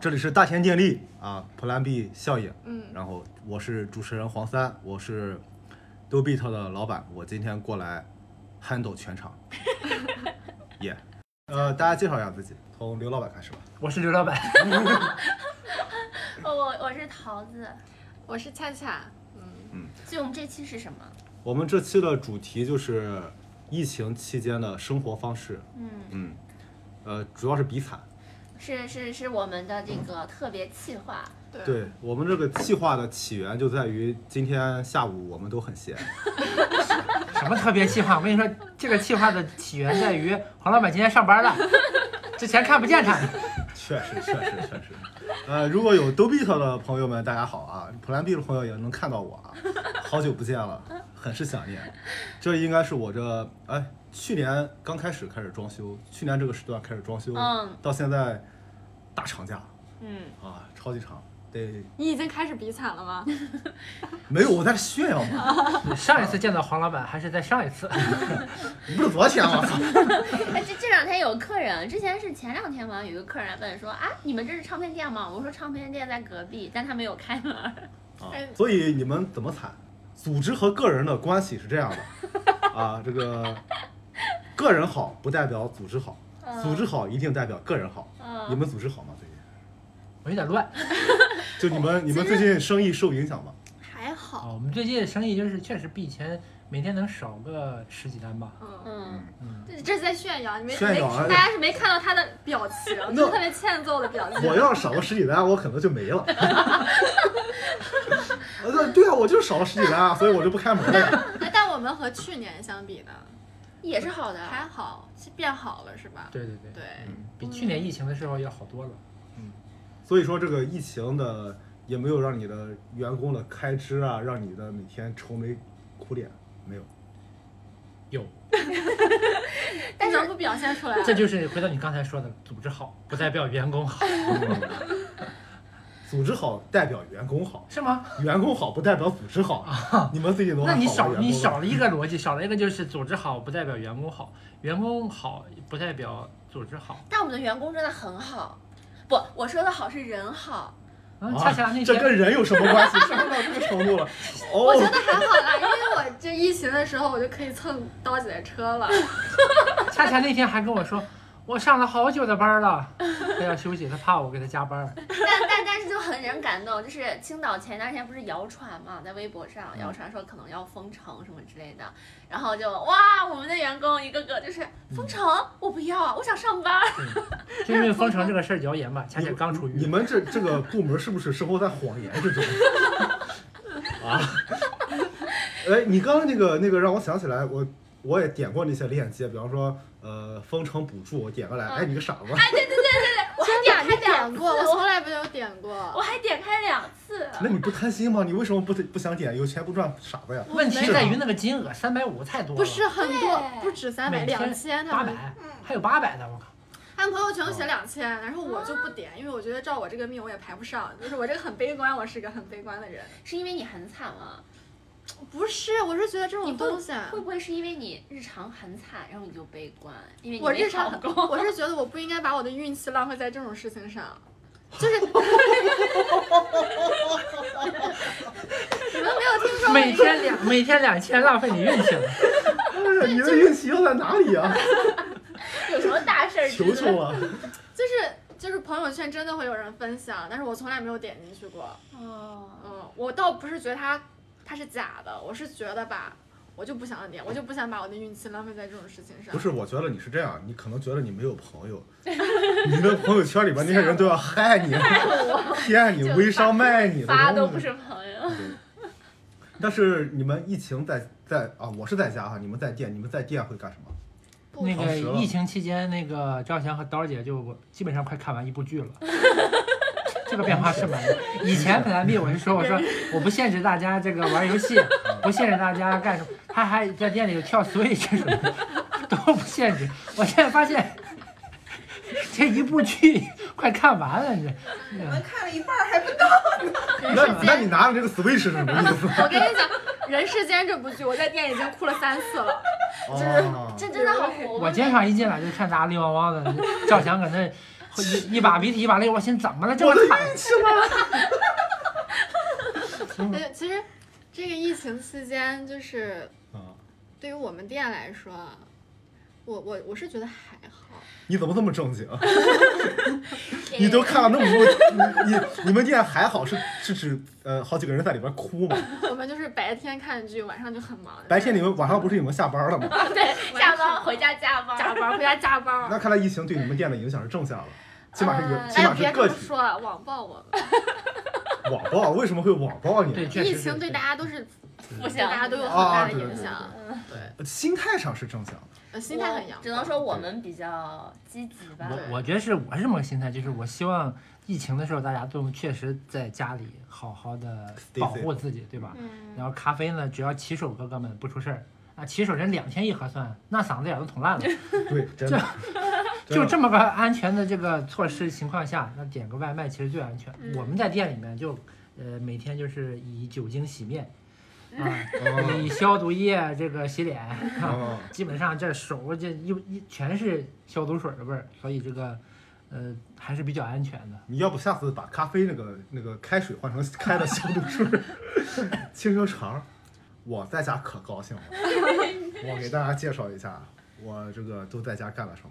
这里是大田电力啊，Plan B 效应。嗯然后我是主持人黄三，我是 Do Beat 的老板，我今天过来 handle 全 场。耶、呃，大家介绍一下自己，从刘老板开始吧。我是刘老板， 哦，我我是桃子，我是恰恰，所以我们这期是什么？我们这期的主题就是疫情期间的生活方式，嗯，嗯，呃，主要是比惨。是是是我们的这个特别企划，对，对我们这个计划的起源就在于今天下午我们都很闲，什么特别计划？我 跟你说，这个计划的起源在于黄老板今天上班了， 之前看不 见他。确实确实确实。呃，如果有 Do Beat 的朋友们，大家好啊！Plan B 的朋友也能看到我啊，好久不见了，很是想念。这应该是我这哎去年刚开始开始装修，去年这个时段开始装修，嗯到现在大长假嗯，啊，超级长，得你已经开始比惨了 吗？没有我在这炫耀嘛。上一次见到黄老板还是在上一次， 不是昨天啊吗？哎，这这两天有客人，之前是前两天嘛，有一个客人来问说啊，你们这是唱片店吗？我说唱片店在隔壁，但他没有开门儿。啊哎，所以你们怎么惨？组织和个人的关系是这样的啊，这个个人好不代表组织好，嗯组织好一定代表个人好。你嗯，们组织好吗？最近我有点乱就你哦们你们最近生意受影响 吗？还啊。好，我们最近生意就是确实比以前每天能少个十几单吧。嗯，嗯，嗯，这这是在炫耀，你没炫耀啊没大家是没看到他的表 情， No 就是特别欠揍的表情。我 要是少个十几单，我可能就没了。 呃，对对啊，我就是少了十几单 啊，所以我就不开门了。哎但我们和去年相比呢，也是好的。还好，是变好了是吧？对对对，对，比去年疫情的时候要好多了。所以说这个疫情的也没有让你的员工的开支啊，让你的每天愁眉苦脸，没有。有，但是不表现出来了。这就是回到你刚才说的，组织好不代表员工好，组织好代表员工好，是吗？员工好不代表组织好。你们自己都啊那你还好吗少你员工少了一个逻辑，少了一个就是组织好不代表员工好，员工好不代表组织好。但我们的员工真的很好，不，我说的好是人好，嗯，啊恰恰那这天跟人有什么关系？ 上升到这个程度了，我觉哦，得还好啦，因为我这疫情的时候，我就可以蹭刀姐的车 了。恰恰那天还跟我说，我上了好久的班了，他要休息，他怕我给他加班。 但但但是就很人感动，就是青岛前段时间不是谣传嘛，在微博上嗯谣传说可能要封城什么之类的，然后就哇，我们的员工一个个就是嗯封城，我不要，我想上班。就因为封城这个事儿谣言嘛，恰你恰刚出你狱，们这这个部门是不是生活在谎言 之中？啊，哎，你刚刚那个那个让我想起来，我我也点过那些链接，比方说呃封城补助，我点过来，哎你个傻子， 哎，对对对对对，我还真的点你开点两 过，我次，从来没有点我过。还点开两次。那你不贪心吗？你为什么不不想点？有钱不赚，傻子呀！问题在于那个金额三百五太多了，不是嗯很多，对不止三百，每天两千他八们。百，还有八百的，我靠，他们朋友圈写两千，然后我就不点，因为我觉得照我这个命我也排不上，就是我这个很悲观，我是个很悲观的人。是因为你很惨吗？ 不是，我是觉得这种东西啊，嗯会不会是因为你日常很惨，然后你就悲观？因为你我没日常好过。我是觉得我不应该把我的运气浪费在这种事情上。就是， 你们没有听说过每一个天两每天两千，浪费你运气了。哎呀你的运气又在哪里啊？有什么大事儿？求求！了！就是就是朋友圈真的会有人分享，但是我从来没有点进去过。哦，嗯，我倒不是觉得它它是假的，我是觉得吧，我就不想点，我就不想把我的运气浪费在这种事情上。不是，我觉得你是这样，你可能觉得你没有朋友，你的朋友圈里边那些人都 要害你、骗你、就微商卖你的东西，发都不是朋友。对。 但是你们疫情在在啊，我是在家哈，你们在店，你们在店会干什么？不那个堂食了疫情期间，那个赵翔和刀姐就基本上快看完一部 剧了。这个变化是蛮大。以前本来币我是说，我说我不限制大家这个玩游戏，不限制大家干什么，他还在店里跳 Switch 什么的，都不限制。我现在发现，这一部剧快看完了，你我这们看了一半儿还不到，那那你拿着这个 Switch 是什么意 思？ 我跟你讲，《人世间》这部剧，我在店已经哭了三次了。哦，这真的好火！我今天上一进来就看大家绿汪汪的，赵翔搁那一一把鼻涕一把泪，我心怎么了这我么的惨？运气吗？哎，其实这个疫情期间，就是啊，对于我们店来说啊，我我我是觉得还好。你怎么这么正经？啊你 都看了那么多，你你你们店还好是是指呃好几个人在里边哭吗？我们就是白天看剧，晚上就很忙。白天你们晚上不是你们下班了吗？对下班回家加班，加班，回家加班。那看来疫情对你们店的影响是正向的，起码是个、呃起哎呀，码是别个这么体。说了，网暴我们。网暴为什么会网暴你对，呢？确实疫是情对大家都是，不对行，大家都有很啊大的对对影对响。对，心态上是正向的，呃心态很阳光。嗯只能说我们比较积极吧。我我觉得是我是这么个心态，就是我希望疫情的时候大家都确实在家里好好的 Stay 保 safe 护自己，对吧？嗯，然后咖啡呢，只要骑手哥哥们不出事儿啊，骑手人两天一核酸，那嗓子眼儿都捅烂了。对，真 的，真就的这么个安全的这个措施情况下，那点个外卖其实最安全。嗯我们在店里面就呃每天就是以酒精洗面。啊，以消毒液这个洗脸，哦 基本上这手这一一全是消毒水的味儿，所以这个，呃，还是比较安全的。你要不下次把咖啡那个那个开水换成开的消毒水，清清肠儿。我在家可高兴了，我给大家介绍一下，我这个都在家干了什么。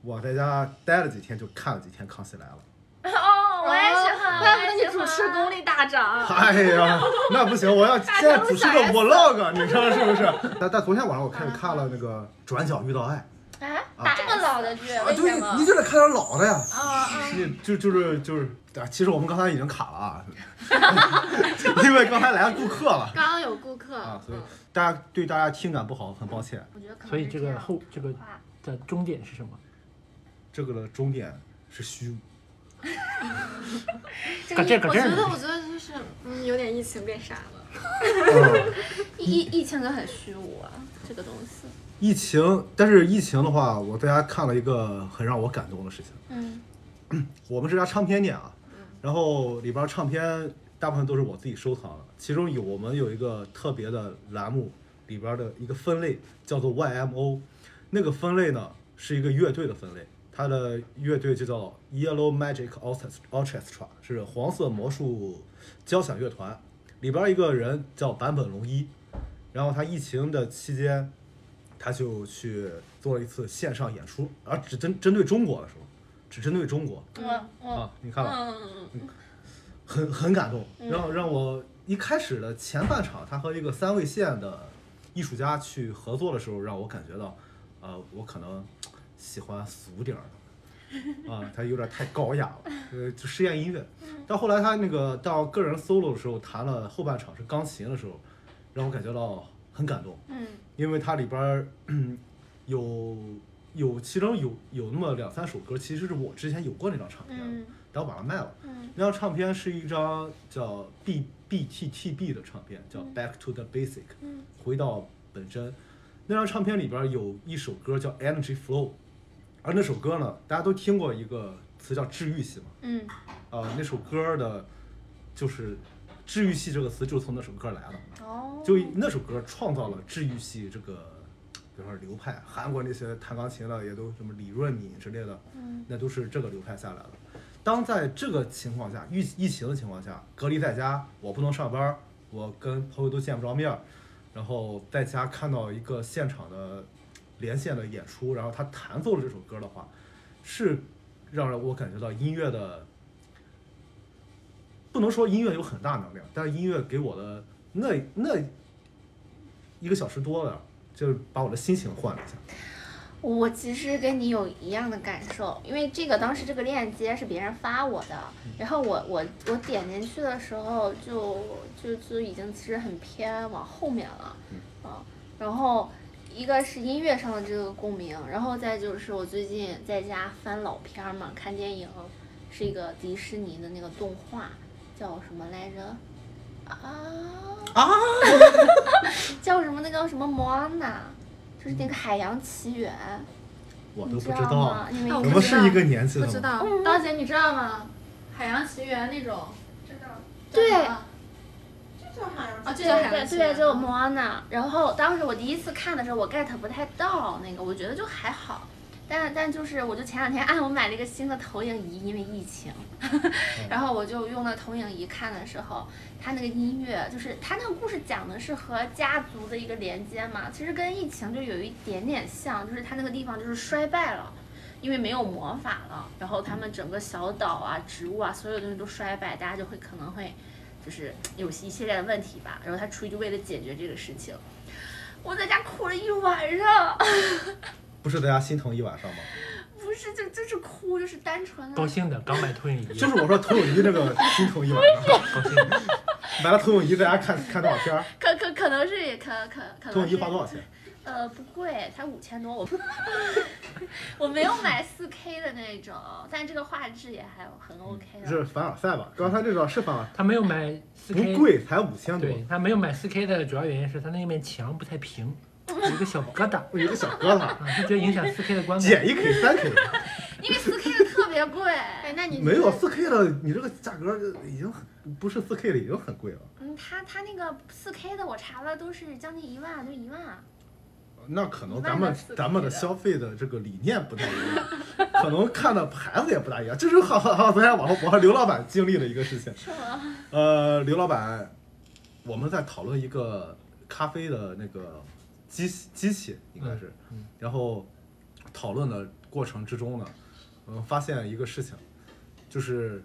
我在家待了几天，就看了几天《康熙来了哦，我也喜欢，怪不我得也你喜主欢持功力大》。涨。哎呀，那不行，我要现在主持个 vlog，你说是不是？但但昨天晚上我开始看了那个《转角遇到爱》哎，啊这么老的剧，啊，为对什，你么？就得看点老的呀。啊嗯，是，就就是就是，啊其实我们刚才已经卡了啊， 因为刚才来了顾客了刚刚有顾客啊，所以嗯大家对大家听感不好，很抱歉。我觉得可能所以是这这个样后这个话的终点是什么？这个的终点是虚 无，这可个这疫可我真觉是得，我觉得就是，嗯，有点疫情变傻了。嗯疫疫疫情真的很虚无啊，这个东西。疫情，但是疫情的话，我在家看了一个很让我感动的事情。嗯，我们是家唱片店啊，然后里边唱片大部分都是我自己收藏的，其中有我们有一个特别的栏目，里边的一个分类叫做 YMO，那个分类呢是一个乐队的分类，它的乐队就叫 Yellow Magic Orchestra，是黄色魔术交响乐团，里边一个人叫坂本龙一，然后他疫情的期间，他就去做了一次线上演出，而只针针对中国的时候，只针对中国我我啊，你看了，嗯，嗯很很感动，嗯让让我一开始的前半场，他和一个三位线的艺术家去合作的时候，让我感觉到，呃，我可能喜欢俗 点儿的，啊，他有点太高雅了，呃，就实验音乐。嗯到后来他那个到个人 solo 的时候，弹了后半场是钢琴的时候，让我感觉到很感动。嗯，因为它里边儿 有有其中有有那么两三首歌，其实是我之前有过那张唱片的，嗯然后把它卖了。嗯那张唱片是一张叫 B B T T B 的唱片，叫《Back to the Basic》，嗯回到本真。那张唱片里边有一首歌叫《Energy Flow》，而那首歌呢，大家都听过一个词叫治愈系嘛，嗯啊、那首歌的，就是治愈系这个词就是从那首歌来的。哦，就那首歌创造了治愈系这个，比方说流派，韩国那些弹钢琴的也都什么李润敏之类的，嗯那都是这个流派下来的。当在这个情况下，疫疫情的情况下，隔离在家，我不能上班，我跟朋友都见不着面儿，然后在家看到一个现场的连线的演出，然后他弹奏了这首歌的话，是让人我感觉到音乐的，不能说音乐有很大能量，但是音乐给我的那那一个小时多了，就是把我的心情换了一下。我其实跟你有一样的感受，因为这个当时这个链接是别人发我的，然后我我我点进去的时候就就就已经其实很偏往后面了，啊，然后一个是音乐上的这个共鸣，然后再就是我最近在家翻老片儿嘛，看电影，是一个迪士尼的那个动画，叫什么来着？啊啊， 叫什么？那叫什么摩安娜，就是那个海洋奇缘，我都你不知道道吗？，你没那我我不们知是道一个年纪不的知吗？道，嗯刀姐你知道吗？海洋奇缘那种，知道，对叫什么这叫海洋啊，这对叫海洋对奇对，缘。就嗯莫安娜。然后当时我第一次看的时候，我 get 不太到那个，我觉得就还好。但但就是，我就前两天啊，我买了一个新的投影仪，因为疫情，然后我就用了投影仪看的时候，它那个音乐就是它那个故事讲的是和家族的一个连接嘛，其实跟疫情就有一点点像，就是它那个地方就是衰败了。因为没有魔法了，然后他们整个小岛啊、植物啊，所有东西都衰败，大家就会可能会就是有一系列的问题吧。然后他出于就为了解决这个事情，我在家哭了一晚上， 不是大家心疼一晚上吗？不是就就是哭，就是单纯啊的高兴的刚买投影仪， 就是我说投影仪这个心疼一晚上，高兴的。买了投影仪在家看看动画片儿，可可可能是也可可可投能影是仪花多少钱？呃不贵，才五千多，我 我没有买四 K 的那种，但这个画质也还嗯很 OK 啊是的。凡尔赛吧？刚才这种是凡尔赛，他没有买四不 K，贵，才五千多，对他没有买四 K 的主要原因是他那面墙不太平，有一个小疙瘩我有个小疙瘩，啊，他觉得影响四 K 的观减感。一 K 三 K，因为四 K 的特别贵，哎，那你没有四 K 的，你这个价格已经很不是四 K 的已经很贵了。嗯，它它那个四 K 的我查了都是将近一万，就一万。啊那可能你咱卖们的4K 咱们的的消费的这个理念不太一样，可能看的牌子也不大一样。这是好好好，昨天网上网上刘老板经历的一个事情。是吗？呃，刘老板，我们在讨论一个咖啡的那个机机器，应该是，嗯嗯然后讨论的过程之中呢，嗯、发现一个事情，就是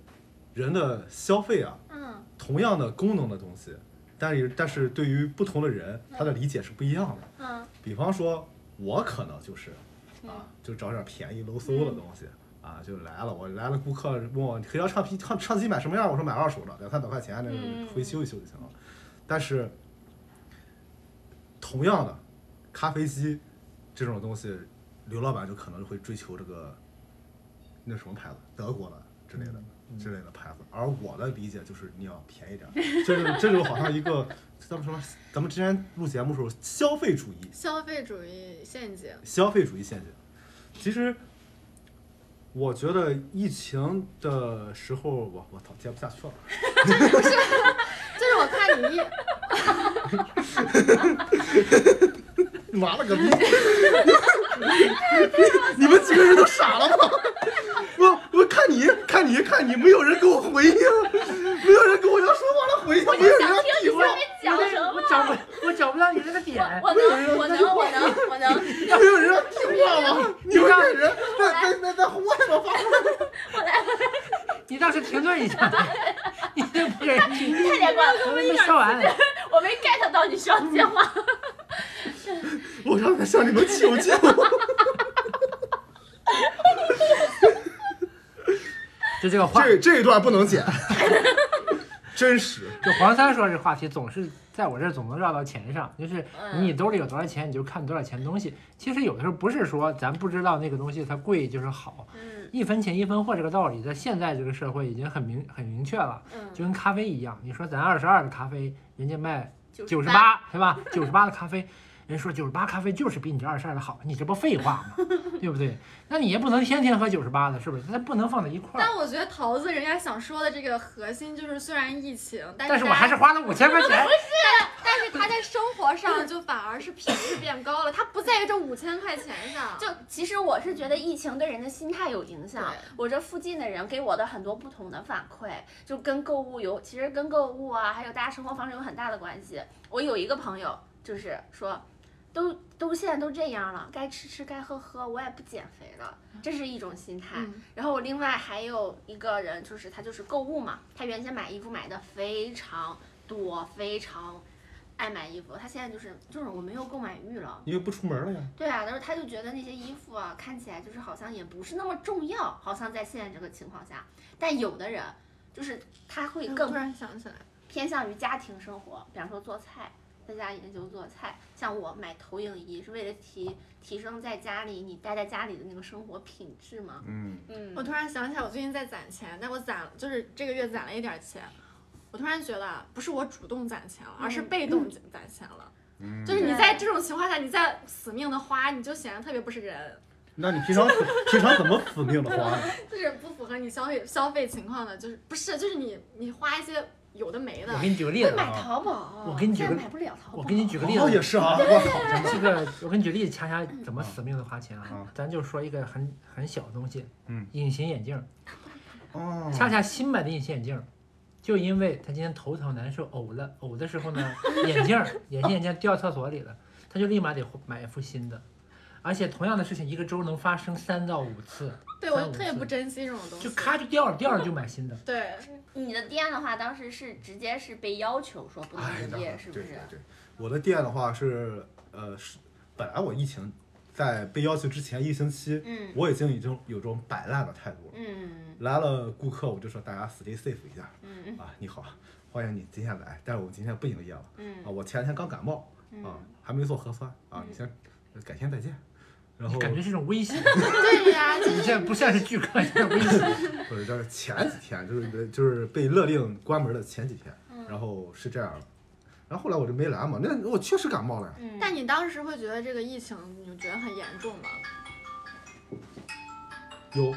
人的消费啊，嗯，同样的功能的东西，但是但是对于不同的人，他的理解是不一样的。嗯，比方说，我可能就是嗯啊，就找点便宜搂搜的东西啊，就来了。我来了，顾客问我黑胶唱片唱唱机买什么样，我说买二手的，两三百块钱，那嗯个回修一修就行了。但是，同样的，咖啡机这种东西，刘老板就可能会追求这个那什么牌子，德国的之类嗯的。之类的牌子，而我的理解就是你要便宜点儿，这就这就好像一个咱们什么，咱们之前录节目的时候，消费主义消费主义陷阱，消费主义陷阱。其实，我觉得疫情的时候，我我操，接不下去了。就是我看你一妈了个逼！你们几个人都傻了吗？我我看你看你看你，没有人给我回应，没有人给我要说话的回应，没有人想要听提你问下，面讲什么我？找不我找不到你这个点，我能，我能，我能，我能，没有人要听话吗？你们这人在在在在户外吗？发你倒是停顿一下， 你这不忍心，太连贯了，我没说完。 我没 get 到你需要接话。我让他向你们求救。就这个话，这这一段不能剪，真实。就黄三说这话题总是在我这儿总能绕到钱上，就是嗯你兜里有多少钱，你就看多少钱东西。其实有的时候不是说咱不知道那个东西它贵就是好，嗯一分钱一分货这个道理在现在这个社会已经很明很明确了。就嗯，跟咖啡一样，你说咱二十二的咖啡，人家卖九十八。八，对吧？九十八的咖啡，人说九十八咖啡就是比你这二十二的好，你这不废话吗？ 对不对？那你也不能天天喝九十八的，是不是？它不能放在一块儿。但我觉得桃子人家想说的这个核心就是，虽然疫情，但但是我大家还是花了五千块钱，但是他在生活上就反而是品质变高了，他不在于这五千块钱上。就其实我是觉得疫情对人的心态有影响对，我这附近的人给我的很多不同的反馈，就跟购物有，其实跟购物啊，还有大家生活方式有很大的关系。我有一个朋友就是说，都都现在都这样了，该吃吃该喝喝，我也不减肥了，这是一种心态。嗯然后我另外还有一个人，就是他就是购物嘛，他原先买衣服买的非常多，非常爱买衣服，他现在就是就是我没有购买欲了。因为不出门了呀。对啊，但是他就觉得那些衣服啊，看起来就是好像也不是那么重要，好像在现在这个情况下，但有的人就是他会突更然想起来，偏向于家庭生活，比方说做菜，在家研究做菜。像我买投影仪是为了提提升在家里你待在家里的那个生活品质嘛。嗯，嗯我突然想起来，我最近在攒钱，但我攒就是这个月攒了一点儿钱。我突然觉得啊，不是我主动攒钱了，而是被动攒钱了。嗯嗯就是你在这种情况下，你在死命的花，你就显得特别不是人，那你平常平常怎么死命的花呀？就是不符合你消费消费情况的，就是不是就是你你花一些有的没的我。给你举个例会子买啊，淘宝，我给你举现在个买不了淘宝。我给你举个例子，哦，也是啊，我靠，真的，这个我给你举例子，恰恰怎么死命的花钱啊啊？咱就说一个很很小的东西，嗯，隐形眼镜，哦，恰恰新买的隐形眼镜，就因为他今天头疼难受呕了，呕的时候呢，眼镜儿眼镜眼镜掉厕所里了，他就立马得买一副新的，而且同样的事情一个周能发生三到五次，对我三就五特别次不珍惜这种东西。就咔就掉了，掉了就买新的。对， 你的店的话，当时是直接是被要求说不哎，能营那业，是不对是对？对，我的店的话是，呃，是本来我疫情在被要求之前一星期，嗯我已经已经有种摆烂的态度了。嗯来了顾客，我就说大家 stay safe 一下嗯啊，你好，欢迎你今天来，但是我今天不营业了嗯啊，我前两天刚感冒啊嗯，，还没做核酸啊，嗯你先改天再见。然后感觉是一种威胁，对呀，就你这 不像是拒客， 像是威胁。不是，就是前几天，就是就是被勒令关门的前几天，嗯然后是这样的，然后后来我就没来嘛，那我确实感冒了呀。嗯但你当时会觉得这个疫情，你觉得很严重吗？有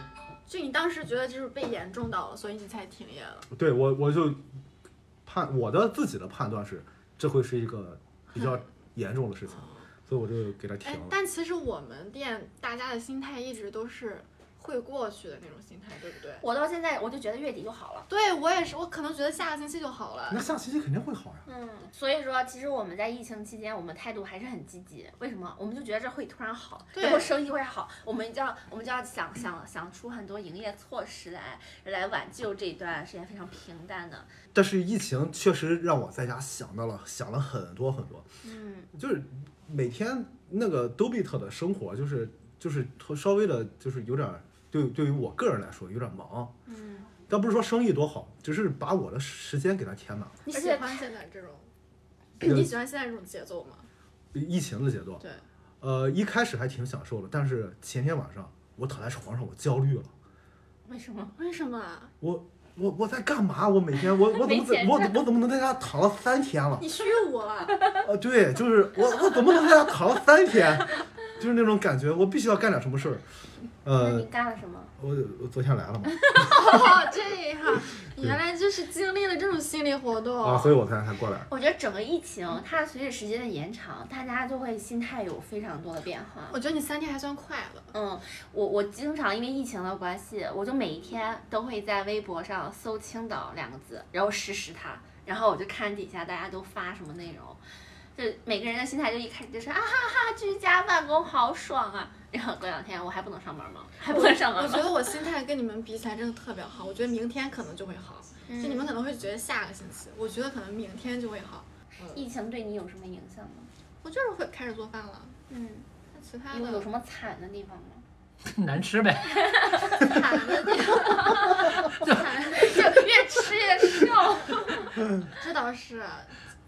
就你当时觉得就是被严重到了，所以你才停业了。对我我就判我的自己的判断是，这会是一个比 较严重的事情，所以我就给它停哎，了。但其实我们店大家的心态一直都是会过去的那种心态，对不对？我到现在我就觉得月底就好了。对我也是，我可能觉得下个星期就好了那。下星期肯定会好呀。嗯，所以说，其实我们在疫情期间，我们态度还是很积极。为什么？我们就觉得这会突然好，对以后生意会好，我们就要我们就要想想想出很多营业措施来来挽救这一段时间非常平淡的。但是疫情确实让我在家想到了想了很多很多，嗯就是每天那个 d o b i t 的生活，就是就是稍微的，就是有点儿对对于我个人来说有点忙。嗯，但不是说生意多好，只是把我的时间给它填满了。你而喜且欢欢现 在这种，嗯你喜欢现在这种节奏吗？疫情的节奏，对，呃，一开始还挺享受的，但是前天晚上我躺在床上，我焦虑了。为什么？为什么？啊我我我在干嘛？我每天我我怎么没在钱我我怎么能在家躺了三天了？你 虚我了，呃，对，就是我我怎么能在家躺了三天？就是那种感觉，我必须要干点什么事儿。那呃你，干了什么？我我昨天来了嘛，哦，这样，你原来就是经历了这种心理活动。啊，所以我才才过来。我觉得整个疫嗯情，它随着时间的延长，大家就会心态有非常多的变化。我觉得你三天还算快了。嗯，我我经常因为疫情的关系，我就每一天都会在微博上搜“青岛”两个字，然后实时它，然后我就看底下大家都发什么内容，就每个人的心态就一开始就说啊哈哈，居家办公好爽啊，然后过两天我还不能上班吗？ 还不能上班我吗觉？得我心态跟你们比起来真的特别好，我觉得明天可能就会好，嗯就你们可能会觉得下个星期，我觉得可能明天就会好。疫情对你有什么影响吗？我就是会开始做饭了，嗯，那其他有有什的么惨的地方吗？难吃呗。惨 的地方，惨就越吃越瘦。这倒是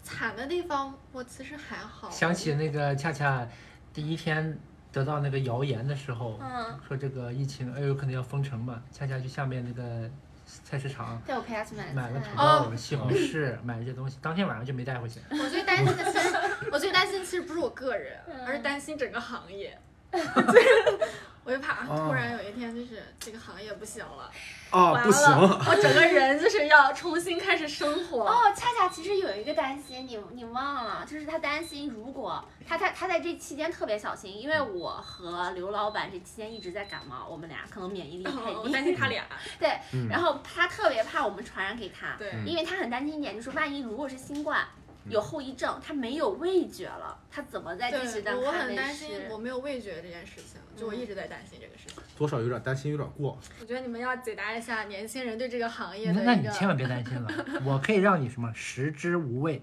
惨的地方，我其实还好。想起那个恰恰第一天得到那个谣言的时候，嗯，说这个疫情，哎呦，可能要封城嘛。恰恰去下面那个菜市场对，我陪他去买买了菜土哦豆、西红柿，买了这些东西，当天晚上就没带回去。我最担心的其实，我最担心其实不是我个人，嗯而是担心整个行 业。我就怕哦突然有一天就是这个行业不行了，啊，完不行，了，我整个人就是要重新开始生活。哦，恰恰其实有一个担心，你你忘了，就是他担心如果他他他在这期间特别小心，因为嗯我和刘老板这期间一直在感冒，我们俩可能免疫力太哦低，我担心他俩，对，嗯然后他特别怕我们传染给他， 对，嗯嗯因为他很担心一点，就是万一如果是新冠。有后遗症，他没有味觉了，他怎么在这时对，当我我咖很啡担师？心我没有味觉这件事情，就我嗯一直在担心这个事情。多少有点担心，有点过。我觉得你们要解答一下年轻人对这个行业的那一个，那你千万别担心 了，我可以让你什么食之无味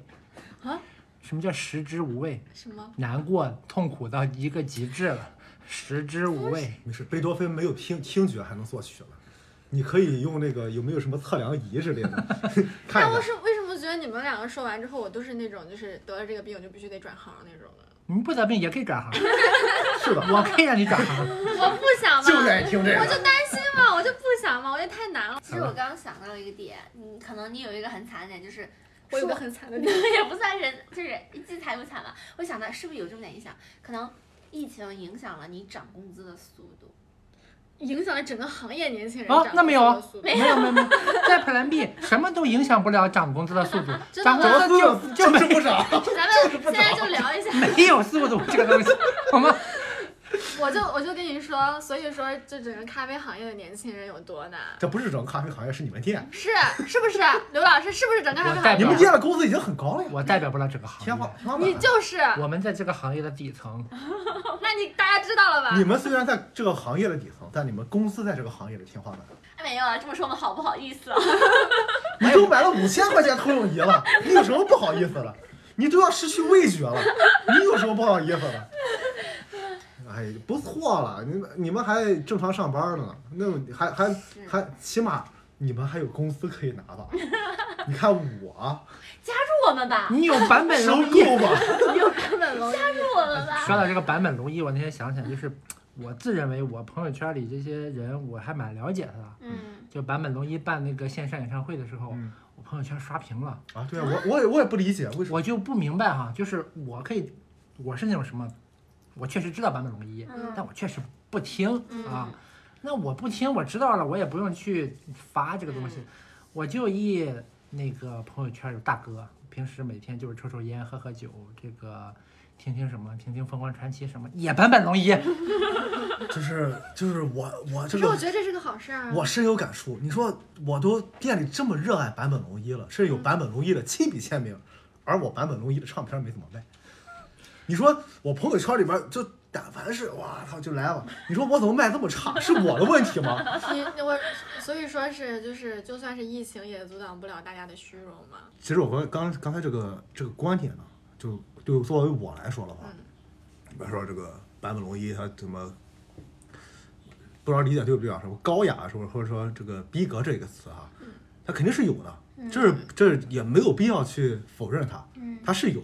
啊？什么叫食之无味？什么？难过、痛苦到一个极致了，食之无味。没事，贝多芬没有听听觉还能作曲了。你可以用那个有没有什么测量仪之类的， 看那一我下。是为什么觉得你们两个说完之后，我都是那种就是得了这个病我就必须得转行那种的？你不得病也可以转行， 是的，我可以让你转 行。我不想就嘛，愿意听这我个。就担心嘛，啊我就不想嘛，我觉得太难了。其实我刚刚想到一个点，你可能你有一个很惨的点，就是我有个说很惨的 病，也不算人，就是既惨又惨吧。我想到是不是有这么点影响？可能疫情影响了你涨工资的速度，影响了整个行业年轻人 啊涨那没有啊工资的速度，没没有没有没有，在 Plan B 什么都影响不了涨工资的速度真的涨吗工资 就就没是不少。咱们现在就聊一下，没有速度这个东西，好吗？我就我就跟你说，所以说这整个咖啡行业的年轻人有多难，这不是整个咖啡行业，是你们店，是是不 是？刘老师是不是整个咖啡我行代你业？表们店的工资已经很高了呀。我代表不了整个行天花业，天花你板。就是，我们在这个行业的底层，那你大家知道了吧？你们虽然在这个行业的底层，但你们公司在这个行业的天花板。没有啊，这么说我们好不好意思啊？你都买了五千块钱投影仪了，你有什么不好意思的？你都要失去味觉了，你有什么不好意思的？哎，不错了，你们你们还正常上班呢，那还还还起码你们还有工资可以拿 吧？你看我入我们吧，你有版本收容 易。 购吧，加入我们吧。说到这个版本龙一，我那天想起来，就是我自认为我朋友圈里这些人，我还蛮了解他的。嗯，就版本龙一办那个线上演唱会的时候，嗯我朋友圈刷屏了，啊，对啊，我我也我也不理解为什么我就不明白哈，就是我可以，我是那种什么，我确实知道版本龙一，嗯但我确实不听啊。那我不听，我知道了，我也不用去发这个东西，嗯我就一那个朋友圈有大哥，平时每天就是抽抽烟、喝喝酒，这个听听什么，听听凤凰传奇什么，也版本龙 一。就是就是我我可这是我个觉得这是个好事儿啊。我深有感触。你说我都店里这么热爱坂本龙一了，甚至有坂本龙一的亲笔签名，而我坂本龙一的唱片没怎么卖。你说我朋友圈里边就但凡是哇操就来了，你说我怎么卖这么差？是我的问题吗？你我所以说是就是，就算是疫情也阻挡不了大家的虚荣嘛。其实我刚刚刚才这个这个观点呢，就对我作为我来说的话，你比如说这个坂本龙一他怎么不知道理解对不对啊？什么高雅是不是或者说这个逼格这个词啊，它肯定是有的，嗯这是这也没有必要去否认它，它是有，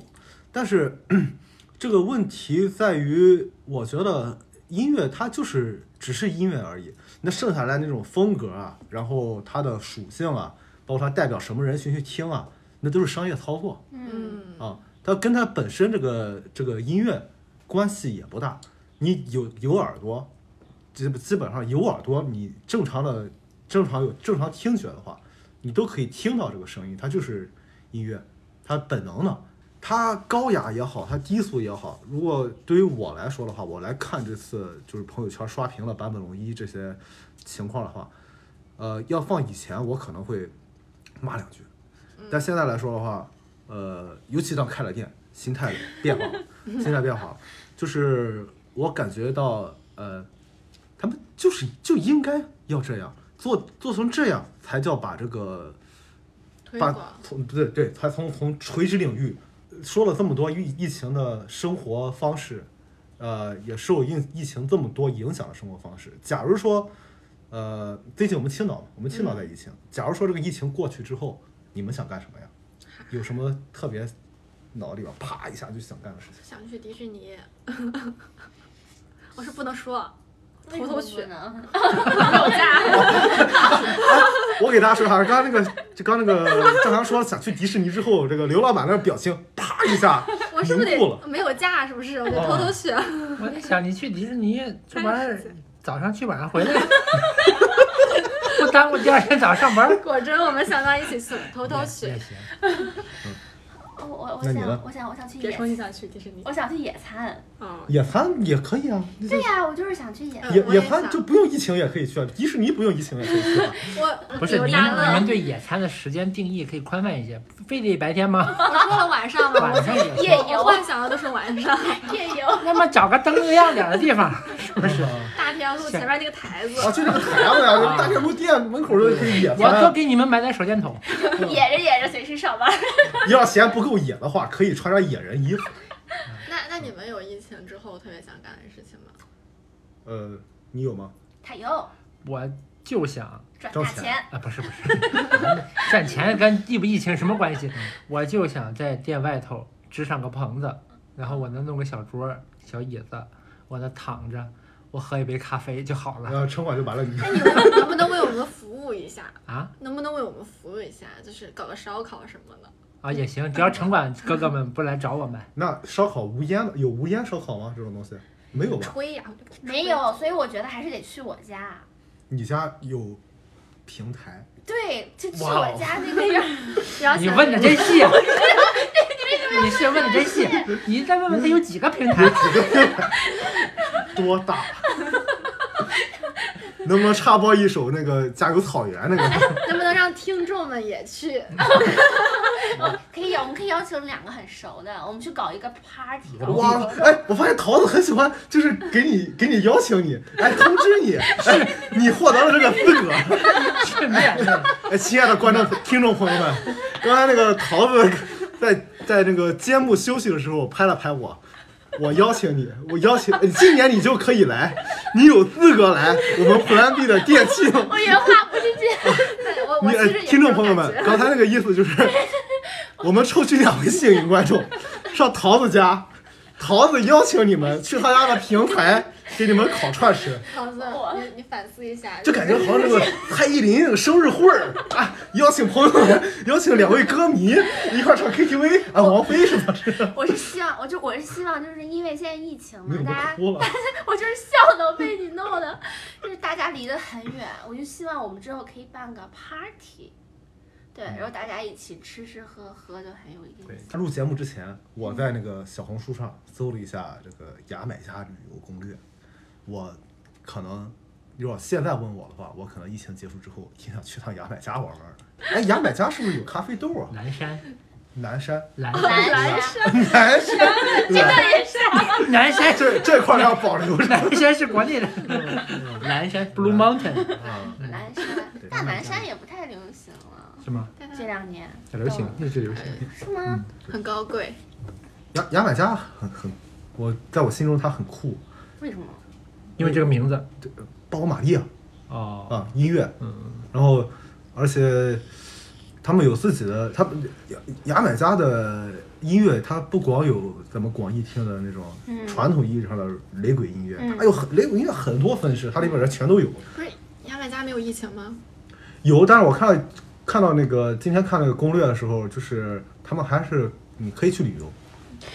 但是 这个问题在于，我觉得音乐它就是只是音乐而已，那剩下来那种风格啊，然后它的属性啊，包括它代表什么人群去听啊，那都是商业操作嗯，啊，它跟它本身这个这个音乐关系也不大。你有有耳朵，基基本上有耳朵，你正常的正常有正常听觉的话，你都可以听到这个声音，它就是音乐，它本能的。它高雅也好，它低俗也好，如果对于我来说的话，我来看这次就是朋友圈刷屏了坂本龙一这些情况的话，呃，要放以前我可能会骂两句，但现在来说的话，呃，尤其当开了店，心态变化了，心态变化了，就是我感觉到呃，他们就是就应该要这样做，做成这样才叫把这个推把广从对对，才从从垂直领域说了这么多疫疫情的生活方式，呃，也受疫疫情这么多影响的生活方式。假如说，呃，最近我们青岛嘛，我们青岛嗯在疫情，假如说这个疫情过去之后，你们想干什么呀？有什么特别脑里边啪一下就想干的事情？ 想去迪士尼， 我是不 能说，嗯为偷偷什么去不呢？有价。我给大家说一下，刚刚那个就刚那个正常说想去迪士尼之后，这个刘老板那表情啪一下我是不是凝固了。得没有价？是不是？我得偷偷去。哦我在想，你去迪士尼这玩意儿，早上去晚上回来，不耽误第二天早上上班儿。 果真，我们想到一起去了， 偷偷也也去。行，我我我那你呢想我想我想去别野说，你想去迪士尼，我想去野餐。嗯，野餐也可以啊，那就对呀，我就是想去野。野野我也餐想就不用疫情也可以去啊，迪士尼不用疫情也可以 去啊。我不是你有们大你乐们。对野餐的时间定义可以宽泛一些，非得白天吗？ 我说了晚上嘛，晚上也夜行。我幻想的都是晚 上，夜游，那么找个灯亮点的地方，是不是？大铁路前面那个台子。哦啊，就这个台子呀，啊大铁路店门口就可以野我多餐。啊给你们买点手电筒。野着野着随时上班。要嫌不够野的话，可以穿上野人衣服。那那你们有疫情之后特别想干的事情吗？哦呃，你有吗？他有我就想赚挣大钱钱，啊，不是不是， 赚钱跟疫不疫情什么关系？我就想在店外头支上个棚子，然后我能弄个小桌儿、小椅子，我那躺着，我喝一杯咖啡就好然了后城管就完了你。那你们能不能为我们服务一下？啊能不能为我们服务一下？就是搞个烧烤什么的。啊也行，只要城管哥哥们不来找我们，那烧烤无烟的有无烟烧烤吗？这种东西没有吧？吹呀，没有，所以我觉得还是得去我家。你家有平台？对，就去哇哦我家那个院儿，然后你想问的真细，啊你是问的真细，你再问问他有几个平台有？几个平台？多大？ 能不能插播一首那个《家有草原》那个？能不能让听众们 也去？可以，我们可以邀请两个很熟的，我们去搞一个 party，搞一个哇！哎，我发现桃子很喜欢，就是给你给你邀请你，哎，通知 你，哎，你获得了这个资格。 顺便问，哎，亲爱的观众、听众朋友们，刚才那个桃子在在那个监幕休息的时候拍了拍我，我邀请你，我邀请哎今年你就可以来，你有资格来我们普兰币的店庆。我原话不是这样，对我我你哎其实也听众朋友有们这，种感觉刚才那个意思 就是，我们抽取两位幸运观众上桃子 家，桃子邀请你们去他家的平台给你们烤串吃。桃子我，你你反思一下，就感觉好像那个蔡依林那个生日会儿啊，邀请朋友们，邀请两位歌迷一块儿唱 KTV 啊，王菲是吧？是我是希望，我就我是希望，就是因为现在疫情没嘛有，大我家哭了。 我就是笑到被你弄的，就是大家离得很远，我就希望我们之后可以办个 party，对，然后大家一起吃吃喝喝就很有意对思。他录节目之前，我在那个小红书上搜了一下这个牙买加旅游攻略，我可能如果现在问我的话，我可能疫情结束之后也想去趟牙买加玩玩 儿。哎，牙买加是不是有咖啡豆啊？南山，南山，南蓝山，蓝 南山，南南山是这这块儿要保留着。南山是国内的，南山 Blue Mountain 啊，蓝山对，大南山也不太流行了，是吗？这两年流行，那是流行。是吗？很高贵，牙牙买加很很，我在我心中它很酷，为什么？因为这个名字包玛丽啊哦，啊音乐，嗯，然后而且他们有自己的，他们牙牙买加的音乐，它不光有咱们广义听的那种嗯传统意义上的雷鬼音乐，嗯它有很雷鬼音乐很多分支，它里边人全都有。不是牙买加没有疫情吗？有，但是我看到看到那个今天看那个攻略的时候，就是他们还是你可以去旅游，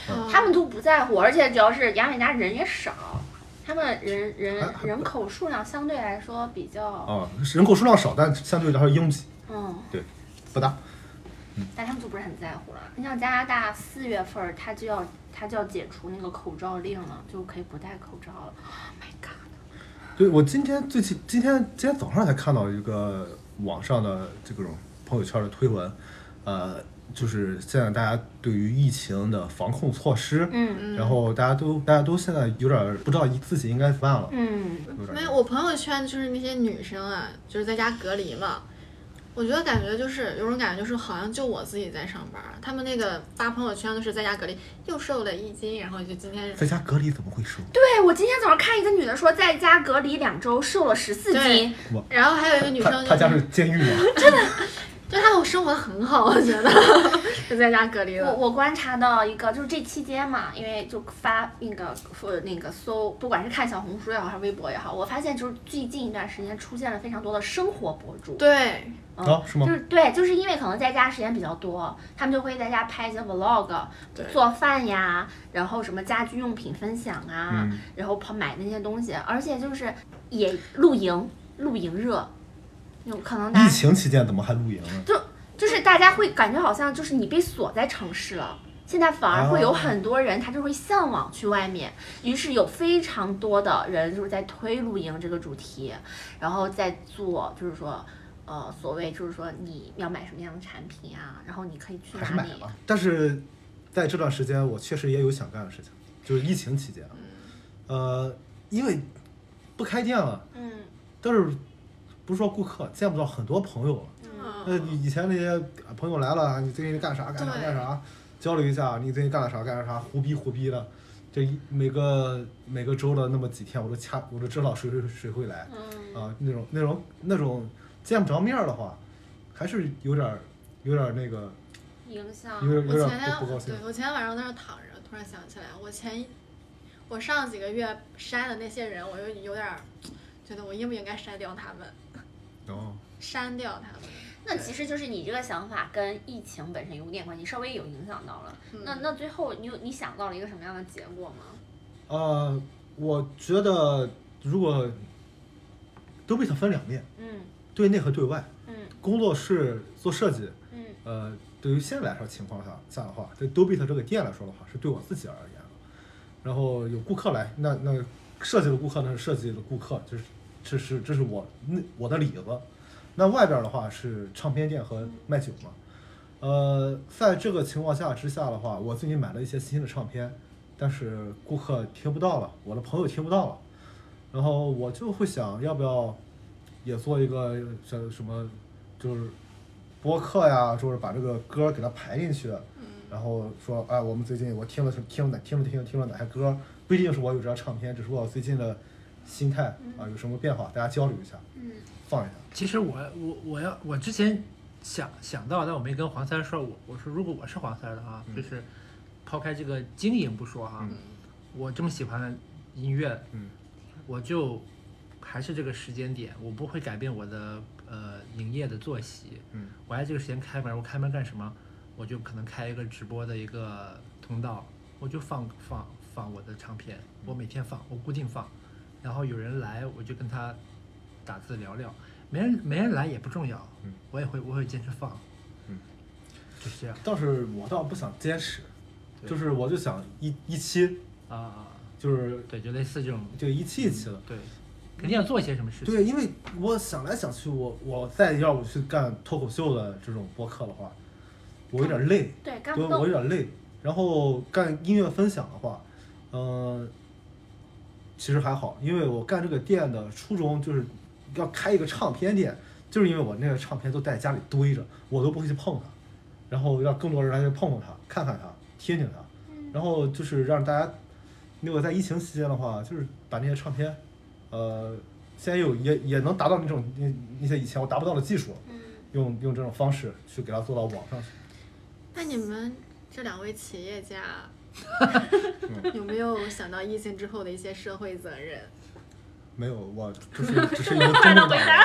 哦嗯他们都不在乎，而且主要是牙买加人也少，他们人人还人口数量相对来说比较，啊，人口数量少，但相对来说拥挤嗯，不大。但他们就不是很在乎了。你像加拿大四月份儿，他就要他就要解除那个口罩令了，就可以不戴口罩了。Oh my god！对，我今天最近今天今天早上才看到一个网上的这种朋友圈的推文，呃，就是现在大家对于疫情的防控措施，嗯嗯，然后大家都大家都现在有点儿不知道自己应该怎么办了，嗯，有点没儿有，我朋友圈就是那些女生啊，就是在家隔离嘛。我觉得感觉就是有种感觉，就是好像就我自己在上班儿，他们那个发朋友圈都是在家隔离，又瘦了一斤，然后就今天在家隔离怎么会瘦？对我今天早上看一个女的说，在家隔离两周瘦了十四斤，然后还有一个女他生他就家是，是监狱吗？就她我生活得很好，我觉得 就在家隔离我了。我观察到一个，就是这期间嘛，因为就发那个呃那个搜，不管是看小红书也好，还是微博也好，我发现就是最近一段时间出现了非常多的生活博主。对，嗯啊，是吗就？是对，就是因为可能在家时间比较多，他们就会在家拍一些 vlog，对做饭呀，然后什么家居用品分享啊，嗯，然后跑买那些东西，而且就是也露营，露营热，有可能大疫家情期间怎么还露营啊呢？就是大家会感觉好像就是你被锁在城市了。现在反而哦会有很多人，他就会向往去外面，于是有非常多的人就是在推露营这个主题，然后在做，就是说，呃，所谓就是说你要买什么样的产品啊，然后你可以去还是哪买里，吧。但是在这段时间，我确实也有想干的事情，就是疫情期间，啊呃，因为不开店了。嗯但是不是说顾客见不到很多朋友了。嗯那以前那些朋友来了，你最近干啥干啥对干啥，交流一下你最近干了啥干了啥，胡逼胡逼的。这一每个每个周的那么几天，我都掐我都知道谁谁谁会来嗯，啊，那种那种那种见不着面儿的话，还是有点儿有点儿那个影响有点我有点前天不不高兴对。我前天晚上在那儿躺着，突然想起来，我前一我上几个月删的那些人，我又有点儿觉得我应不应该删掉他们，然后删掉他们。那其实就是你这个想法跟疫情本身有点关系，稍微有影响到了。嗯那那最后你有你想到了一个什么样的结果吗？呃，我觉得如果都被它分两面，嗯对内和对外。嗯工作室做设计，嗯呃，对于现在来说情况下下的话，对 Dobit 这个店来说的话，是对我自己而言的。啊然后有顾客来，那那设计的顾客那是设计的顾客，就是这是这是我那我的里子。那外边的话是唱片店和卖酒嘛。呃，在这个情况下之下的话，我最近买了一些新的唱片，但是顾客听不到了，我的朋友听不到了，然后我就会想要不要也做一个什什么，就是播客呀，就是把这个歌给它排进去，然后说，哎，我们最近我听了什听了哪听了听了听了哪些歌，不一定是我有这张唱片，只是我最近的心态啊有什么变化，大家交流一下，嗯放一下，其实我我我要我之前想想到，但我没跟黄三说，我我说如果我是黄三的啊，嗯就是抛开这个经营不说啊，嗯我这么喜欢音乐，嗯我就还是这个时间点，我不会改变我的呃营业的作息，嗯我在这个时间开门，我开门干什么？我就可能开一个直播的一个通道，我就放放放我的唱片，我每天放，我固定放，然后有人来我就跟他打字聊聊，没人没人来也不重要嗯，我也会我会坚持放，嗯，就是这样倒是我倒不想坚持，对就是我就想一一期啊，就是对，就类似这种，就一期一期的。对，肯定要做一些什么事情，对，因为我想来想去，我我再要我去干脱口秀的这种播客的话，我有点累，对，干对不我有点动，累。然后干音乐分享的话，嗯、其实还好，因为我干这个店的初衷就是要开一个唱片店，就是因为我那个唱片都在家里堆着，我都不会去碰它，然后让更多人来去碰碰它，看看它，听听它，嗯然后就是让大家，如果在疫情期间的话，就是把那些唱片，呃，现在有也也能达到那种那那些以前我达不到的技术，嗯，用用这种方式去给它做到网上去。那你们这两位企业 家嗯有没有想到疫情之后的一些社会责任？没有，我就是只是一个中回答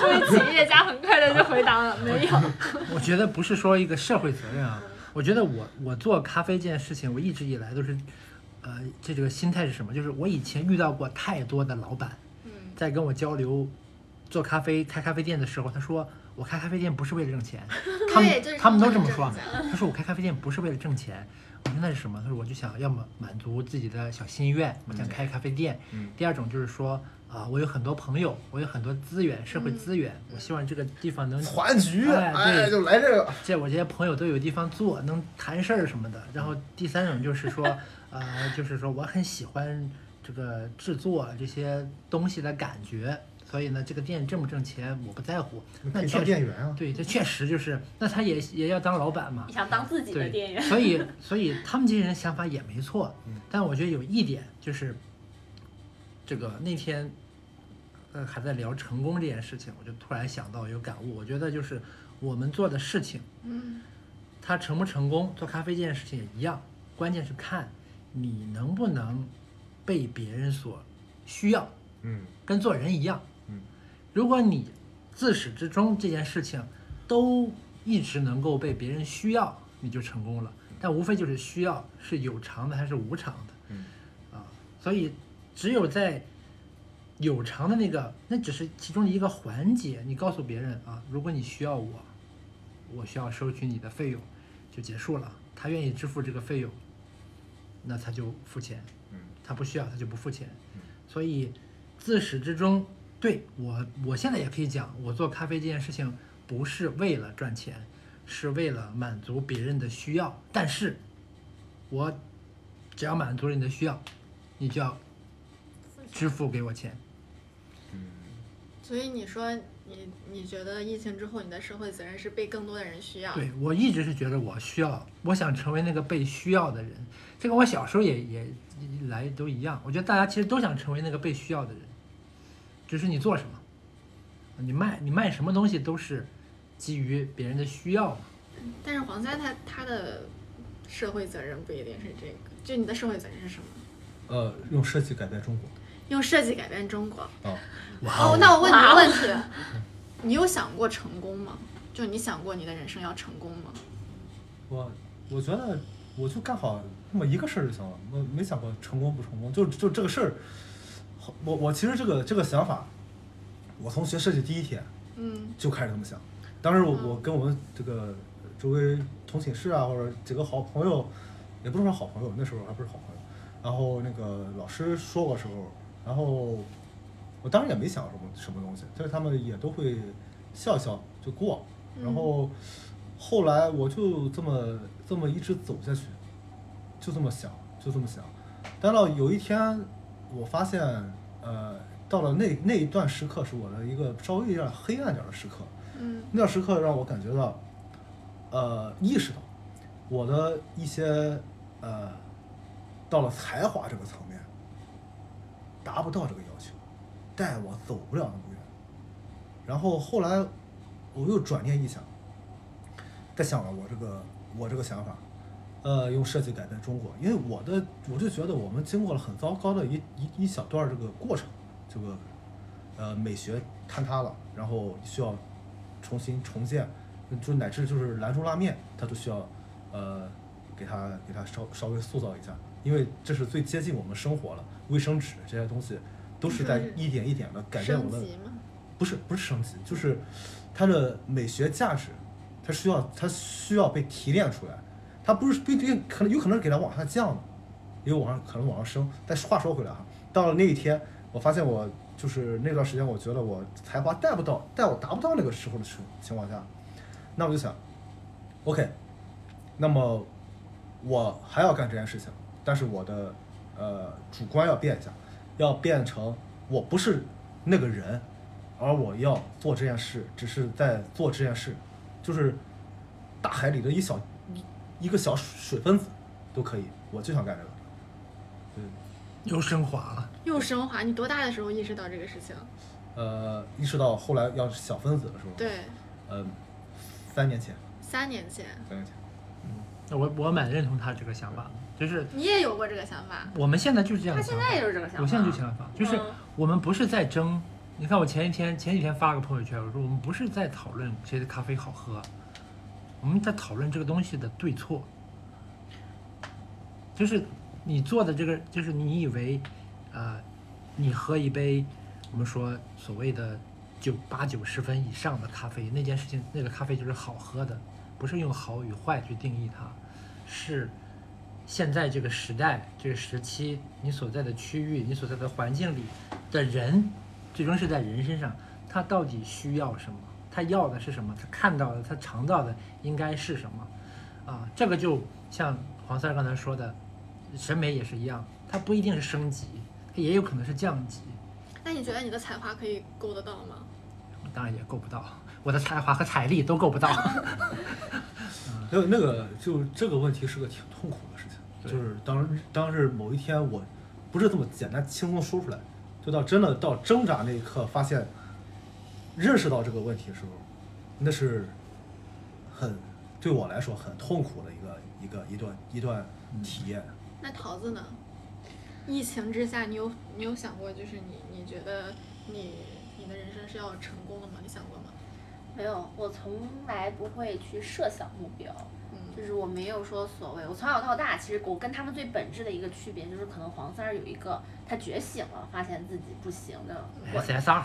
这位企业家很快的就回答了，没有。 我觉得不是说一个社会责任啊，我觉得我我做咖啡这件事情，我一直以来都是，呃，这这个心态是什么？就是我以前遇到过太多的老板，嗯在跟我交流做咖啡开咖啡店的时候，他说我开咖啡店不是为了挣 钱，他们对就是他们都这么这说啊么，他说我开咖啡店不是为了挣钱。我说那是什么？他说我就想要么满足自己的小心愿，我想开咖啡店。嗯第二种就是说啊、我有很多朋友，我有很多资源，社会嗯资源，我希望这个地方能团局，哎哎，对就来这个，这我这些朋友都有地方坐，能谈事儿什么的。然后第三种就 是说，呃，就是说我很喜欢这个制作这些东西的感觉，所以呢，这个店挣不挣钱我不在乎。可那以当确店实，员啊。对，这确实就是，那他也也要当老板嘛你，想当自己的对店员，所以所以他们这些人想法也没错嗯，但我觉得有一点就是，这个那天，呃，还在聊成功这件事情，我就突然想到有感悟，我觉得就是我们做的事情。嗯它成不成功，做咖啡这件事情也一样，关键是看你能不能被别人所需要，嗯跟做人一样。嗯，如果你自始至终这件事情都一直能够被别人需要，你就成功了。但无非就是需要是有偿的还是无偿的。嗯啊，所以只有在有偿的那个，那只是其中的一个环节。你告诉别人啊，如果你需要我，我需要收取你的费用，就结束了。他愿意支付这个费用，那他就付钱；嗯他不需要，他就不付钱嗯。所以自始至终，对我，我现在也可以讲，我做咖啡这件事情不是为了赚钱，是为了满足别人的需要。但是，我只要满足了你的需要，你就要支付给我钱。嗯所以你说你你觉得疫情之后你的社会责任是被更多的人需要？对我一直是觉得我需要，我想成为那个被需要的人。这个我小时候也也一来都一样，我觉得大家其实都想成为那个被需要的人，只是你做什么，你卖你卖什么东西都是基于别人的需要嘛。但是黄三他他的社会责任不一定是这个，就你的社会责任是什么？呃，用设计改变中国用设计改变中国。啊，哦，那我问你个问题， 你有想过成功吗？就你想过你的人生要成功吗？我我觉得我就干好那么一个事儿就行了，我没想过成功不成功，就就这个事儿，我我其实这个这个想法，我从学设计第一天嗯就开始这么想。当时我嗯我跟我们这个周围同寝室啊，或者几个好朋友，也不是说好朋友，那时候还不是好朋友。然后那个老师说我的时候，然后我当时也没想什么什么东西，但是他们也都会笑笑就过。然后后来我就这么这么一直走下去，就这么想，就这么想。但到有一天，我发现，呃，到了那那一段时刻是我的一个稍微有点黑暗点儿的时刻。嗯那段时刻让我感觉到，呃，意识到我的一些呃，到了才华这个层面，达不到这个要求，带我走不了那么远。然后后来我又转念一想，在想了我这个我这个想法，呃，用设计改变中国，因为我的我就觉得我们经过了很糟糕的一一一小段儿这个过程，这个呃美学坍塌了，然后需要重新重建，就乃至就是兰州拉面，它都需要呃给它给它稍稍微塑造一下，因为这是最接近我们生活了，卫生纸这些东西都是在就是一点一点的改变我们。升级嘛，不是不是升级，就是它的美学价值，它需要它需要被提炼出来，它不是不一定可能有可能是给它往下降的，也有往上可能往上升。但是话说回来哈，到了那一天，我发现我就是那段时间，我觉得我才华带不到，带我达不到那个时候的情情况下，那我就想，OK，那么我还要干这件事情，但是我的呃主观要变一下，要变成我不是那个人，而我要做这件事，只是在做这件事，就是大海里的一小一一个小水分子都可以，我就想干这个。嗯对，又升华了。又升华。你多大的时候意识到这个事情？呃，意识到后来要小分子的时候，，对，嗯、三年前，三年前三年前，我我蛮认同他这个想法，就是你也有过这个想法，我们现在就是这样他的想现法。在也是这个想法。我现在就想法，就是嗯我们不是在争。你看，我前一天前几天发个朋友圈，我说我们不是在讨论谁的咖啡好喝，我们在讨论这个东西的对错。就是你做的这个，就是你以为，呃，你喝一杯我们说所谓的九八九十分以上的咖啡，那件事情那个咖啡就是好喝的，不是用好与坏去定义它，是现在这个时代、这个时期，你所在的区域、你所在的环境里的人，最终是在人身上，他到底需要什么？他要的是什么？他看到的、他尝到的应该是什么？啊，这个就像黄三儿刚才说的，审美也是一样，它不一定是升级，它也有可能是降级，那你觉得你的才华可以够得到吗？当然也够不到，我的才华和财力都够不到。那那个就这个问题是个挺痛苦的事情，对就是当当时某一天我不是这么简单轻松说出来，就到真的到挣扎那一刻，发现认识到这个问题的时候，那是很对我来说很痛苦的一个一个一段一段体验。那桃子呢？疫情之下，你有你有想过，就是你你觉得你你的人生是要成功的吗？你想过吗？没有，我从来不会去设小目标，嗯就是我没有说所谓，我从小到大，其实我跟他们最本质的一个区别就是，可能黄三儿有一个他觉醒了，发现自己不行的哎过 SSR，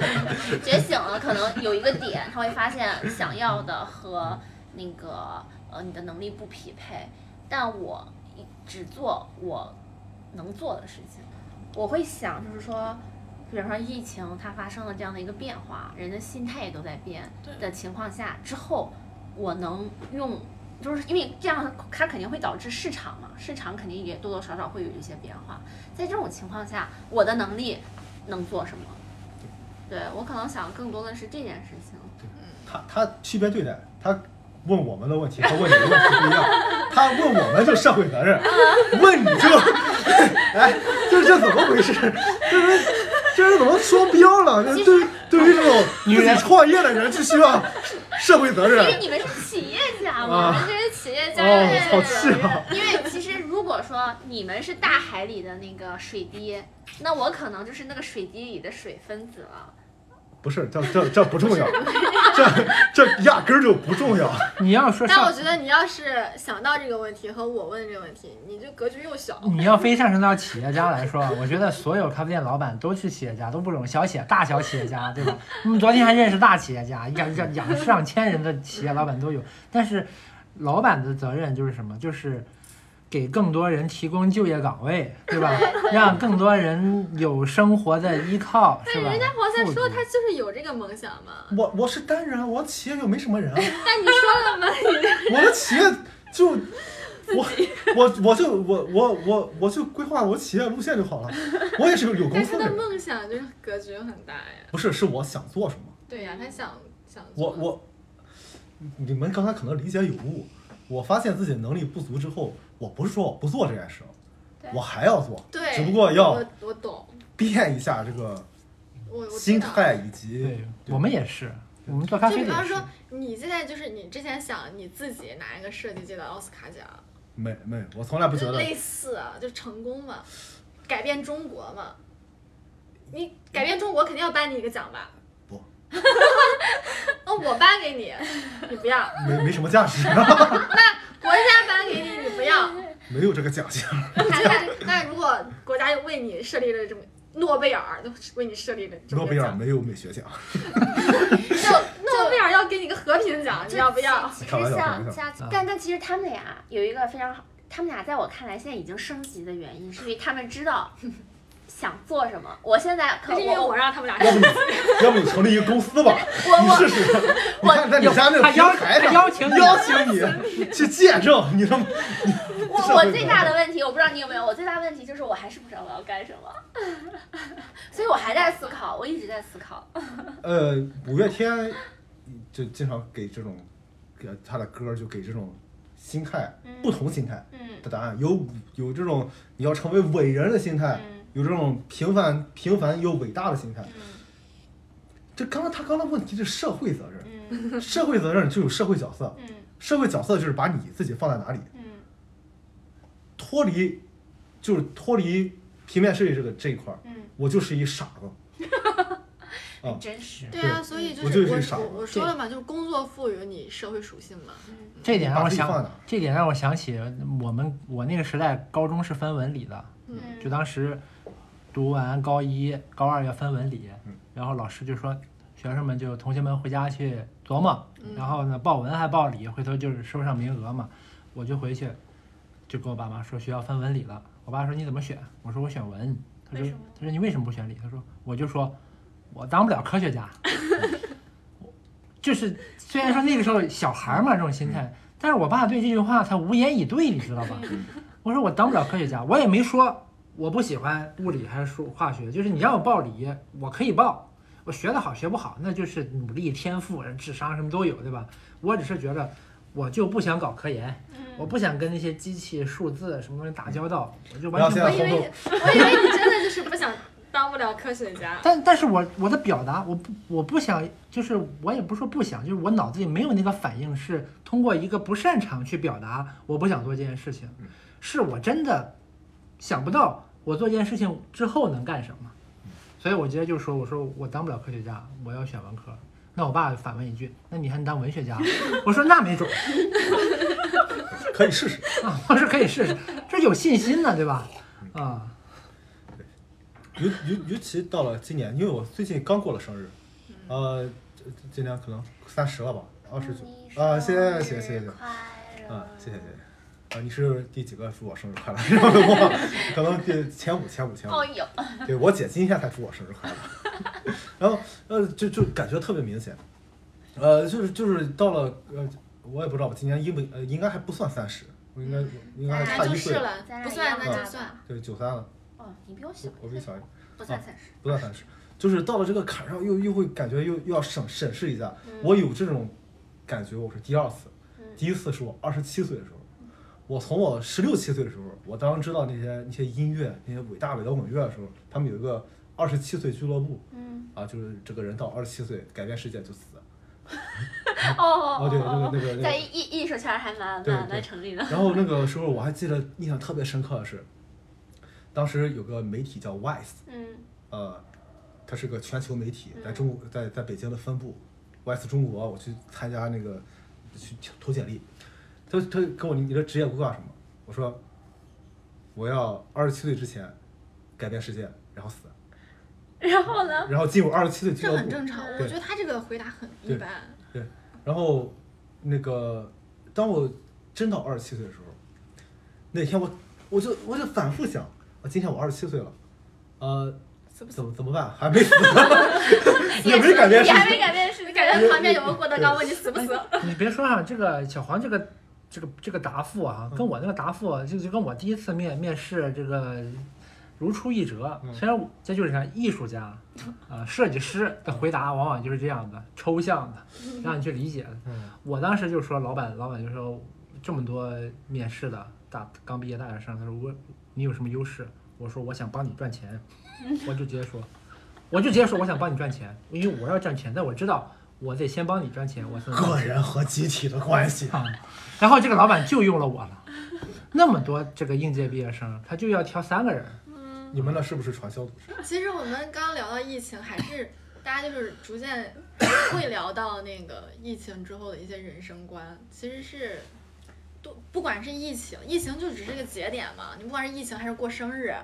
觉醒了，可能有一个点，他会发现想要的和那个呃你的能力不匹配，但我一只做我能做的事情。我会想，就是说，比方说疫情它发生了这样的一个变化，人的心态也都在变对的情况下，之后我能用。就是因为这样，它肯定会导致市场嘛，市场肯定也多多少少会有一些变化。在这种情况下，我的能力能做什么？对我可能想更多的是这件事情。他他区别对待，他问我们的问题和问你的问题不一样，他问我们就社会责任，问你就，哎，这这怎么回事？这人这人怎么双标了？这对对于这种女人创业的人，就需要社会责因任。为你们是企业家嘛，啊我们这些企业家哦也，好气啊！因为其实如果说你们是大海里的那个水滴，那我可能就是那个水滴里的水分子了。不不是，这这这不重要，这这压根儿就不重要。你要说但我上，觉得你要是想到这个问题和我问这个问题，你就格局又小。嗯你要非上升到企业家来说， 我觉得所有咖啡店老板都去企业家都不容易，小企业大小企业家，对吧？ 我们昨天还认识大企业家，养养养上千人的企业老板都有，但是老板的责任就是什么？就是给更多人提供就业岗位，对 吧？让更多人有生活的依靠，但是吧？人家黄三富说足他就是有这个梦想嘛，我我是单人啊，我企业又没什 么人啊，但你说了嘛，你我的企业就我我我就我我我我就规划我企业路线就 好了，我也是个有公但他司的的人，梦想就是格局很大呀。不是是我想做什么，对呀、他想想我做我你们刚才可能理解有误，我发现自己能力不足之后，我不是说我不做这件事，对我还要做，对，只不过要我我懂，变一下这个我我知心道态以及对，对我们也是，我们做咖就啡比的方也是说。，你现在就是你之前想你自己拿一个设计界的奥斯卡奖，没没，我从来不觉就得类似啊，就成功嘛，改变中国嘛。你改变中国肯定要颁你一个奖吧？不，那我颁给你，你不要；没没什么价值， 国家颁给你，你不要。没有这个奖 项。那那那如果国家又为你设立了这么诺贝尔，都为你设立了这么诺一贝个尔奖，没有美学奖，就诺贝尔要给你个和平奖，你要不 要？其开玩实笑开像玩像啊，但但其实他们俩有一个非常好，他们俩在我看来现在已经升级的原因，是因为他们知道 想做什么。我现在可可是因为我我让他们俩要不你， 要不你成立一个公司吧？你试试， 你看在你家那个他邀平台他上邀请你邀请你 去见证，你他 妈我我最大的问题，我不知道你有没有，我最大的问题就是我还是不知道我要干什么，所以我还在思考，我一直在思考。呃，五月天就经常给这种给他的歌就给这种心态，嗯不同心态嗯的答案，有有这种你要成为伟人的心态，嗯有这种平凡平凡又伟大的心态。嗯这刚刚他刚刚问题是社会责 任，嗯社会责任就有社会角色，嗯社会角色就是把你自己放在哪里。嗯脱离，就是脱离平面设计这个这一块儿，嗯我就是一傻子。很真实。对啊，所以我是就是我傻我我说了嘛，就是工作赋予你社会属性嘛。这点让把我自己放想哪儿，这点让我想起我们我那个时代高中是分文理的，嗯就当时读完高一、高二要分文理嗯，然后老师就说学生们就同学们回家去琢磨，嗯然后呢报文还报理，回头就是收上名额嘛，我就回去就跟我爸妈说学校分文理了，我爸说你怎么选？我说我选文，他说为什么他说你为什么不选理？他说我就说我当不了科学家，我就是虽然说那个时候小孩儿嘛这种心态，但是我爸对这句话他无言以对，你知道吧？ 我说我当不了科学家，我也没说我不喜欢物理还是数化学，就是你让我报理，我可以报，我学得好学不好，那就是努力、天赋、智商什么都有，对吧？我只是觉得我就不想搞科研，我不想跟那些机器、数字什么东西打交道，我就然后现完全我在红以豆为 我以为你真的就是不想当不了科学 家。但但是我我的表达，我不我不想，就是我也不是说不想，就是我脑子里没有那个反应，是通过一个不擅长去表达我不想做这件事情嗯，是我真的想不到我做这件事情之后能干什么，所以我直接就说，我说我当不了科学家，我要选文科。那我爸反问一句：“那你还能当文学家？” 我说：“那没准儿 可以试试。啊，我说可以试试，这有信心呢，对吧？啊，尤尤尤其到了今年，因为我最近刚过了生日，嗯呃，这这今年可能三十了吧，二十九啊，谢谢谢谢谢谢快乐啊，谢谢谢谢啊，你是第几个祝我生日快乐？ 然后我可能第前五前五前五哦，有， 对我姐今天才祝我生日快乐，然后呃，就就感觉特别明显，呃，就是就是到了呃，我也不知道我今年应不呃应该还不算三十，我应该我应该还差咱嗯就一是岁，了，啊不算那就嗯算。。对九三了，哦，你比我小我，我比你小一，不算三十。不算三十，就是到了这个坎上又又会感觉又又要审审视一下，嗯我有这种感觉，我是第二次，第一次是我二十七岁的时候。我从我十六七岁的时候，我当时知道那些那些音乐、那些伟大的摇滚乐的时候，他们有一个二十七岁俱乐部，嗯，啊，就是这个人到二十七岁改变世界就死。哦哦哦，对，那个那个那在个。艺艺术圈还蛮对蛮对蛮成立的。然后那个时候我还记得印象特别深刻的是，当时有个媒体叫 Wise，嗯呃，它是个全球媒体，嗯在中国在在北京的分部。我也是中国，我去参加那个去投简历，他他跟我你你的职业规划什么？我说我要二十七岁之前改变世界，然后死，然后呢？然后进入二十七岁俱这乐很部。正常。我对觉得他这个回答很一对般。然后那个当我真到二十七岁的时候，那天我我就我就反复想，啊，今天我二十七岁了，呃，死不怎么怎么办？还没死，也没改变你世还界。没改变世界，感觉旁边有个郭德纲问你死不死？ 你别说啊，这个小黄这个这个这个答复啊，嗯跟我那个答复啊就就跟我第一次面面试这个如出一辙。嗯虽然我这就是啥艺术家啊、设计师的回答往往就是这样的抽象的，让你去理解。嗯我当时就说，老板老板就说这么多面试的大刚毕业大学生，他说我你有什么优势？我说我想帮你赚钱，我就直接说，我就直接说我想帮你赚钱，因为我要赚钱，但我知道我得先帮你赚钱，我才能赚个钱人和集体的关系，啊， 然后这个老板就用了我了。那么多这个应届毕业生，他就要挑三个人，嗯，你们那是不是传销组织？其实我们刚聊到疫情，还是大家就是逐渐会聊到那个疫情之后的一些人生观，其实是。都不管是疫情，疫情就只是个节点嘛。你不管是疫情，还是过生日，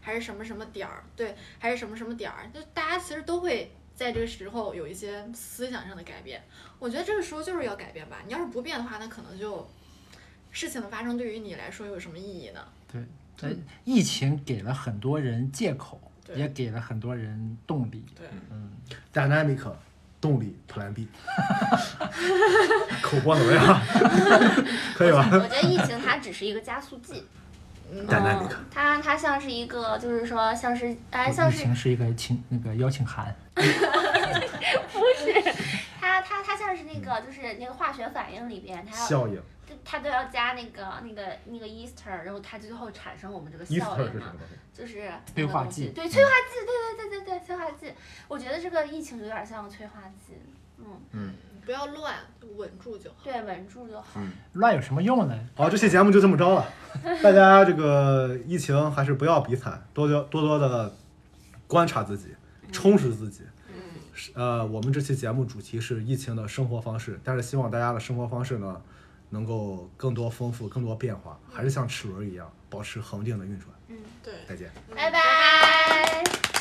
还是什么什么点儿，对，还是什么什么点儿，就大家其实都会在这个时候有一些思想上的改变。我觉得这个时候就是要改变吧。你要是不变的话，那可能就事情的发生对于你来说有什么意义呢？呃疫情给了很多人借口，对也给了很多人动力。对，嗯， dynamic 动力 Plan B，口播怎么样？ 可以吧 我觉得疫情它只是一个加速剂，嗯， ？dynamic，嗯它它像是一个，就是说像是哎，像疫是情是一个请那个邀请函，它它它像是那个，就是那个化学反应里边，它要效应就它都要加那个那个那个 Easter，然后它最后产生我们这个效 Easter 应是什嘛么，东西？就是那催个化东西剂对催化剂，对对对对对催化剂。我觉得这个疫情有点像催化剂，嗯，不要乱，稳住就好。对，稳住就好。乱有什么用呢？好，这期节目就这么着了。大家这个疫情还是不要比惨，多多多多的观察自己，充实自己。是呃，我们这期节目主题是疫情的生活方式，但是希望大家的生活方式呢，能够更多丰富、更多变化，还是像齿轮一样保持恒定的运转。对。再见。拜拜